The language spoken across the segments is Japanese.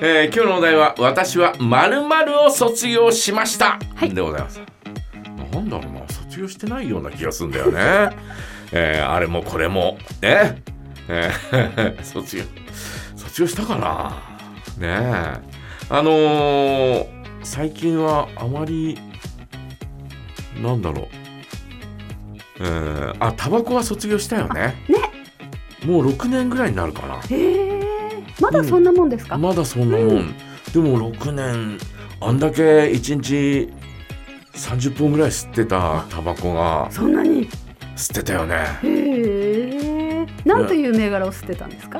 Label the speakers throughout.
Speaker 1: えー今日のお題は「私はまるを卒業しました」でございます。なんだろうな卒業してないような気がするんだよね。 えーあれもこれもね、えー 卒業卒業したかなねえあのー最近はあまりなんだろう、えーあタバコは卒業したよね。
Speaker 2: ね
Speaker 1: もう6年ぐらいになるかな。
Speaker 2: へえまだそんなもんですか、
Speaker 1: まだそんなもん、でも6年あんだけ1日30分ぐらい吸ってたタバコが
Speaker 2: そんなに
Speaker 1: 吸ってたよね
Speaker 2: へえなんという銘柄を捨てたんですか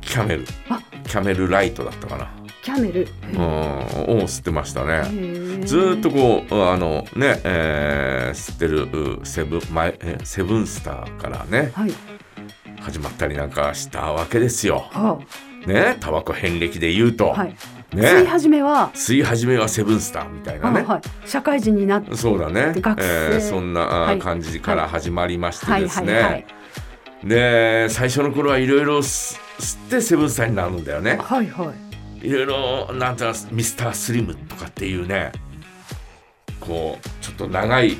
Speaker 1: キャメル
Speaker 2: あ
Speaker 1: キャメルライトだったかな
Speaker 2: キャメル
Speaker 1: うんを吸ってましたね
Speaker 2: へえ
Speaker 1: ずーっとこうあのね、えー吸ってるうセブンマイえセブンスターからね
Speaker 2: はい
Speaker 1: 始まったりなんかしたわけですよ
Speaker 2: は
Speaker 1: ねタバコ遍歴で言うと、
Speaker 2: あはい吸い
Speaker 1: ね
Speaker 2: 始めは、
Speaker 1: 吸い始めはセブンスターみたいなね
Speaker 2: あはい社会人になって
Speaker 1: そうだね。
Speaker 2: 学生
Speaker 1: えーそんなあ
Speaker 2: は
Speaker 1: ー
Speaker 2: い
Speaker 1: 感じから始まりまして
Speaker 2: はい
Speaker 1: です
Speaker 2: はい
Speaker 1: ね。
Speaker 2: はい
Speaker 1: で最初の頃はいろいろ吸ってセブンスターになるんだよね。
Speaker 2: はいはい
Speaker 1: いろいろなんていうのミスタースリムとかっていうね、こうちょっと長い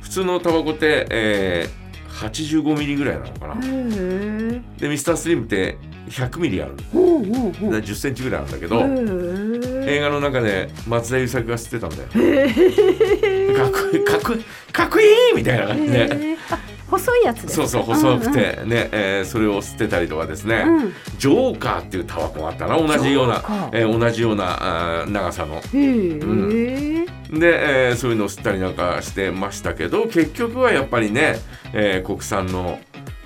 Speaker 1: 普通のタバコって、えー、85ミリぐらいなのかな。
Speaker 2: へえ
Speaker 1: でミスタースリムって100ミリある。
Speaker 2: ほうほうほう
Speaker 1: 10センチぐらいあるんだけど。
Speaker 2: へ
Speaker 1: 映画の中で松田優作が吸ってたんだよ。かっこいいかっこいいかっこいいみたいな感じで。
Speaker 2: えあ細いやつです
Speaker 1: そうそう細くてね、えーそれを吸ってたりとかですね、
Speaker 2: うんうん
Speaker 1: ジョーカーっていうタバコがあったな同じよう
Speaker 2: ジョーカ
Speaker 1: な
Speaker 2: ー、
Speaker 1: えー同じようなあー長さの
Speaker 2: うんへえ
Speaker 1: で、えーそういうのを吸ったりなんかしてましたけど結局はやっぱりね、えー国産の、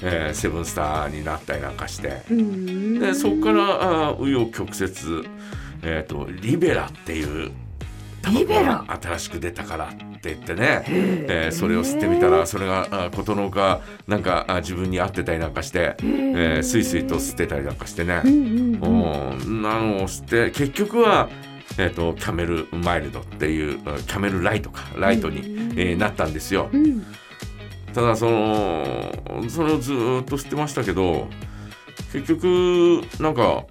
Speaker 1: えーセブンスターになったりなんかして
Speaker 2: うん
Speaker 1: でそこからあー紆余曲折、えー、とリベラっていうタバコ
Speaker 2: リベラ
Speaker 1: が新しく出たからって言ってね
Speaker 2: へ
Speaker 1: えーそれを吸ってみたらそれがあことのほかなんかあ自分に合ってたりなんかして、え
Speaker 2: ー
Speaker 1: ー、スイスイと吸ってたりなんかしてね
Speaker 2: う、んうん
Speaker 1: う
Speaker 2: うん
Speaker 1: ん、なのを吸って結局は、えー、とキャメルマイルドっていうあキャメルライトかライトに、えーなったんですよ
Speaker 2: うん
Speaker 1: ただそのそれをずーっと吸ってましたけど結局なんか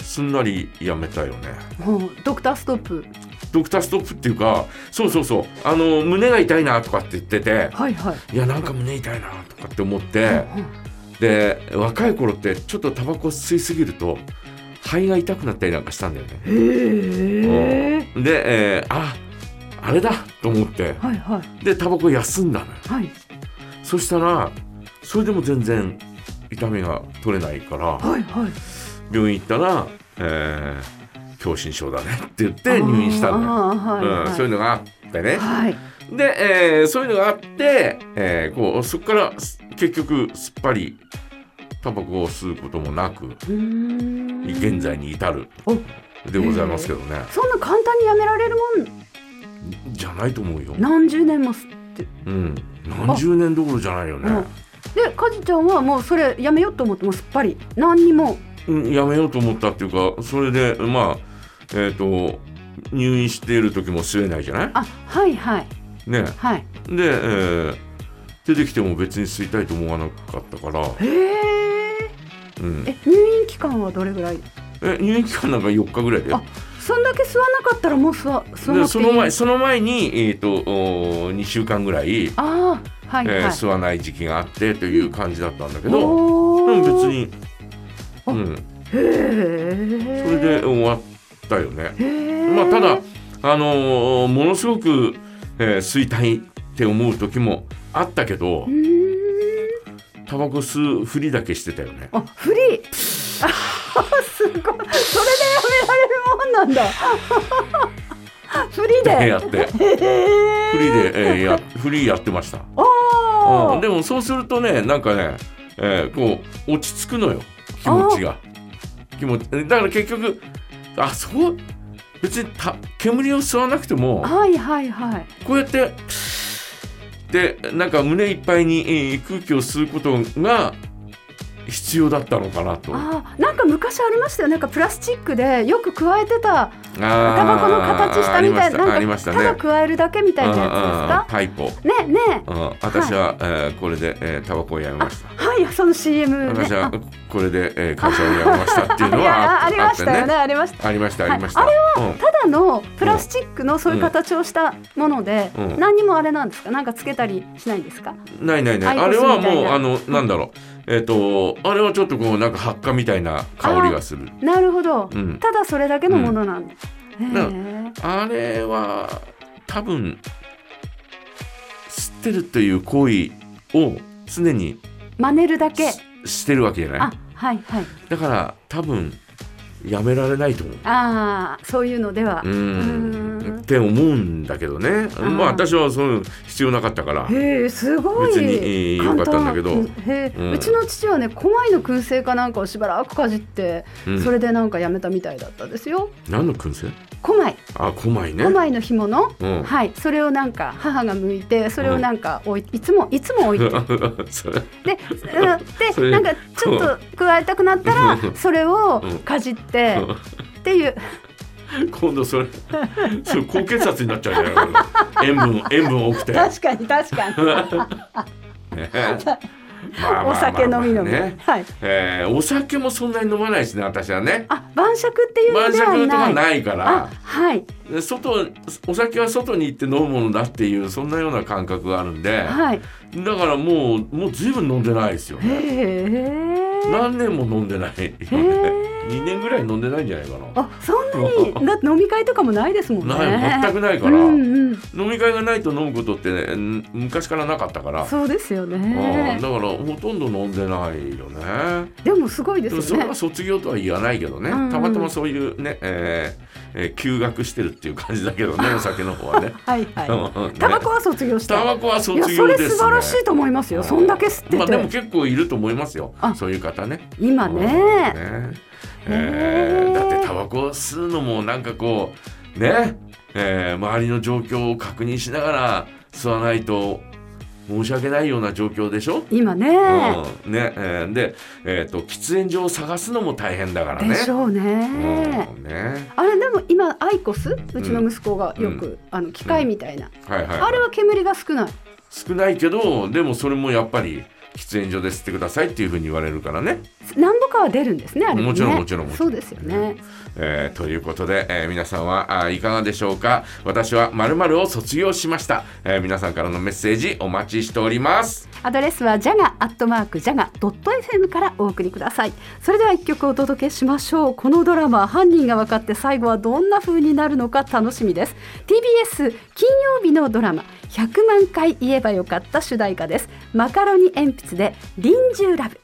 Speaker 1: すんなりやめたよね
Speaker 2: もうドクターストップ
Speaker 1: ドクターストップっていうかそうそうそうあの胸が痛いなとかって言ってて
Speaker 2: はいはい
Speaker 1: いやなんか胸痛いなとかって思ってで若い頃ってちょっとタバコ吸いすぎると肺が痛くなったりなんかしたんだよね。
Speaker 2: へえ
Speaker 1: うんで、えーああれだと思って
Speaker 2: はいはい
Speaker 1: でタバコ休んだのよ。
Speaker 2: はい
Speaker 1: そしたらそれでも全然痛みが取れないから
Speaker 2: はいはい
Speaker 1: 病院行ったら「えー狭心症だね」って言って入院したのよ。
Speaker 2: あーはいは
Speaker 1: うん
Speaker 2: い
Speaker 1: そういうのがあってね。
Speaker 2: はい
Speaker 1: で、えーそういうのがあって、えーこうそこからす結局すっぱりタバコを吸うこともなく
Speaker 2: うーん
Speaker 1: 現在に至る
Speaker 2: お
Speaker 1: でございますけどね、
Speaker 2: そんな簡単にやめられるもん
Speaker 1: じゃないと思うよ、
Speaker 2: 何十年もすって
Speaker 1: うん、何十年どころじゃないよね、
Speaker 2: でかじちゃんはもうそれやめようと思ってもうすっぱり何にも
Speaker 1: うん、やめようと思ったっていうかそれでまあえっ、と入院している時も吸えないじゃない
Speaker 2: あはいはい
Speaker 1: ね
Speaker 2: はい
Speaker 1: で、えー出てきても別に吸いたいと思わなかったから、
Speaker 2: へえ
Speaker 1: うん、
Speaker 2: え入院期間はどれぐらい
Speaker 1: え入院期間なんか4日ぐらいだよ
Speaker 2: あそんだけ吸わなかったらもう吸わ吸わな
Speaker 1: で
Speaker 2: くて
Speaker 1: そ
Speaker 2: いい
Speaker 1: の前その前に、えー、とお2週間ぐらい、え
Speaker 2: ああはいはい、
Speaker 1: ー吸わない時期があってという感じだったんだけど、
Speaker 2: お
Speaker 1: で
Speaker 2: ー
Speaker 1: も別に、うん、
Speaker 2: へえ
Speaker 1: それで終わったよね。
Speaker 2: へえ
Speaker 1: まあ、ただ、あのーものすごく、えー吸いたいって思う時もあったけど
Speaker 2: うーん
Speaker 1: タバコ吸うふりだけしてたよね。
Speaker 2: あフリー あすごいそれでやめられるもんなんだ フリー
Speaker 1: 部
Speaker 2: で
Speaker 1: 屋って
Speaker 2: へ
Speaker 1: フリ
Speaker 2: え
Speaker 1: ーで、えーやフリーやってました。
Speaker 2: お
Speaker 1: う
Speaker 2: お
Speaker 1: ん、でもそうするとねなんかね、えーこう落ち着くのよ気持ちが気持ちだから結局あそう別にた煙を吸わなくても
Speaker 2: はいはいはい
Speaker 1: こうやってでなんか胸いっぱいに、えー空気を吸うことが必要だったのかなとあ
Speaker 2: あなんか昔ありましたよなんかプラスチックでよく加えてた
Speaker 1: ー
Speaker 2: タバコの形したみた
Speaker 1: あ
Speaker 2: い
Speaker 1: りまし
Speaker 2: な
Speaker 1: たあ
Speaker 2: な
Speaker 1: り
Speaker 2: ん
Speaker 1: ま
Speaker 2: か
Speaker 1: した
Speaker 2: た
Speaker 1: ね
Speaker 2: だ加えるだけみたいなや
Speaker 1: タイプ
Speaker 2: つですかねね
Speaker 1: うん、私は、えーこれで、えー、タバコをやめました。
Speaker 2: はいその CM ね
Speaker 1: 私はこれで、えー、会社をやめましたっていうの
Speaker 2: いや
Speaker 1: は
Speaker 2: あありましたよね
Speaker 1: あっ
Speaker 2: ありました
Speaker 1: てねありましたあ
Speaker 2: はい
Speaker 1: りました。
Speaker 2: あれ
Speaker 1: うん
Speaker 2: ただのプラスチックのそういう形をしたもので、
Speaker 1: うん
Speaker 2: 何にもあれなんですかなんかつけたりしないんですか
Speaker 1: ないないない。
Speaker 2: ア
Speaker 1: あ
Speaker 2: イ
Speaker 1: れ
Speaker 2: コス
Speaker 1: は
Speaker 2: みたい
Speaker 1: もう
Speaker 2: な
Speaker 1: あのなんだろう。えっ、とあれはちょっとこうなんか発火みたいな香りがする。
Speaker 2: なるほど、
Speaker 1: うん
Speaker 2: ただそれだけのものなんです、
Speaker 1: ん
Speaker 2: へえ
Speaker 1: あれは多分吸ってるという行為を常に
Speaker 2: 真似るだけ
Speaker 1: ししてるわけじゃな
Speaker 2: あ
Speaker 1: い。
Speaker 2: はいはい
Speaker 1: だから多分やめられないと思う。
Speaker 2: ああそういうのでは、
Speaker 1: う
Speaker 2: うー
Speaker 1: ん
Speaker 2: ん
Speaker 1: って思うんだけどね
Speaker 2: ー
Speaker 1: まあ私はそういう必要なかったから
Speaker 2: へえすごい
Speaker 1: 別にえー
Speaker 2: 簡単
Speaker 1: よかったんだけど
Speaker 2: へえ、
Speaker 1: う
Speaker 2: うんちの父はね狛犬の燻製かなんかをしばらくかじって、
Speaker 1: うん
Speaker 2: それでなんかやめたみたいだったですよ
Speaker 1: 何の燻製
Speaker 2: 狛犬
Speaker 1: あ狛井ね
Speaker 2: 狛犬の紐の、
Speaker 1: うん
Speaker 2: はいそれをなんか母が剥いてそれをなんか置いいつもいつも置いて
Speaker 1: それ
Speaker 2: で、
Speaker 1: そ
Speaker 2: うん、
Speaker 1: れ
Speaker 2: でなんかちょっと加えたくなったら
Speaker 1: うん
Speaker 2: それを
Speaker 1: うん
Speaker 2: かじってっていう
Speaker 1: 今度それそれ高血圧になっちゃうじゃない塩分塩分多く て、ね
Speaker 2: 確かに 確かに
Speaker 1: まあまあまあまあね
Speaker 2: お酒飲み飲み、はい
Speaker 1: えーお酒もそんなに飲まないしね私はね
Speaker 2: あ晩酌っていうの
Speaker 1: 晩
Speaker 2: で
Speaker 1: 酌と
Speaker 2: はな
Speaker 1: か
Speaker 2: い
Speaker 1: ないか
Speaker 2: あ
Speaker 1: ら
Speaker 2: はい
Speaker 1: で外お酒は外に行って飲むものだっていうそんなような感覚があるんで
Speaker 2: はい
Speaker 1: だからもうもう随分飲んでないですよ
Speaker 2: へ
Speaker 1: ね
Speaker 2: え
Speaker 1: 何年も飲んでないよね
Speaker 2: ー
Speaker 1: 2年ぐらい飲んでないんじゃないかな
Speaker 2: あそんなにだって飲み会とかもないですもんね
Speaker 1: ない全くないから、
Speaker 2: うんうん
Speaker 1: 飲み会がないと飲むことって、ね、ん昔からなかったから、
Speaker 2: そうですよ
Speaker 1: うん
Speaker 2: ね
Speaker 1: だからほとんど飲んでないよね
Speaker 2: でもすごいで
Speaker 1: でも
Speaker 2: す
Speaker 1: そ
Speaker 2: よ
Speaker 1: れ
Speaker 2: ね
Speaker 1: は卒業とは言わないけどね、
Speaker 2: うんうん
Speaker 1: たまたまそういうね、えーえー休学してるっていう感じだけどねお酒の方はね
Speaker 2: はいは
Speaker 1: うん
Speaker 2: いタバコは卒業し
Speaker 1: タバ
Speaker 2: た
Speaker 1: コはい
Speaker 2: や
Speaker 1: 卒
Speaker 2: そ
Speaker 1: 業で
Speaker 2: れ
Speaker 1: す、ね、
Speaker 2: 素晴らしいと思いますよそんだけ吸ってて、
Speaker 1: まあでも結構いると思いますよ
Speaker 2: あ
Speaker 1: そういう方ね
Speaker 2: 今ね
Speaker 1: うんね
Speaker 2: へ
Speaker 1: えー
Speaker 2: ー
Speaker 1: だってタバコを吸うのもなんかこうね、えー周りの状況を確認しながら吸わないと申し訳ないような状況でしょ、
Speaker 2: 今ね、
Speaker 1: うんねえーで、えー、と喫煙所を探すのも大変だからね。
Speaker 2: でしょうね、
Speaker 1: うんね
Speaker 2: あれでも今アイコスうちの息子がよく、あの機械みたいな、
Speaker 1: はいはい、
Speaker 2: あれは煙が少ない
Speaker 1: 少ないけどでもそれもやっぱり喫煙所で吸ってくださいっていうふうに言われるからね。
Speaker 2: 何度かは出るんですねあれね
Speaker 1: もちろんもちろんもちろん
Speaker 2: そうですよね
Speaker 1: えーということで、えー皆さんはあーいかがでしょうか私は〇〇を卒業しました、えー皆さんからのメッセージお待ちしております
Speaker 2: アドレスはジャガアットマークジャガドット FM からお送りくださいそれでは一曲お届けしましょうこのドラマ犯人が分かって最後はどんな風になるのか楽しみです TBS 金曜日のドラマ100万回言えばよかった主題歌ですマカロニ鉛筆で臨終ラブ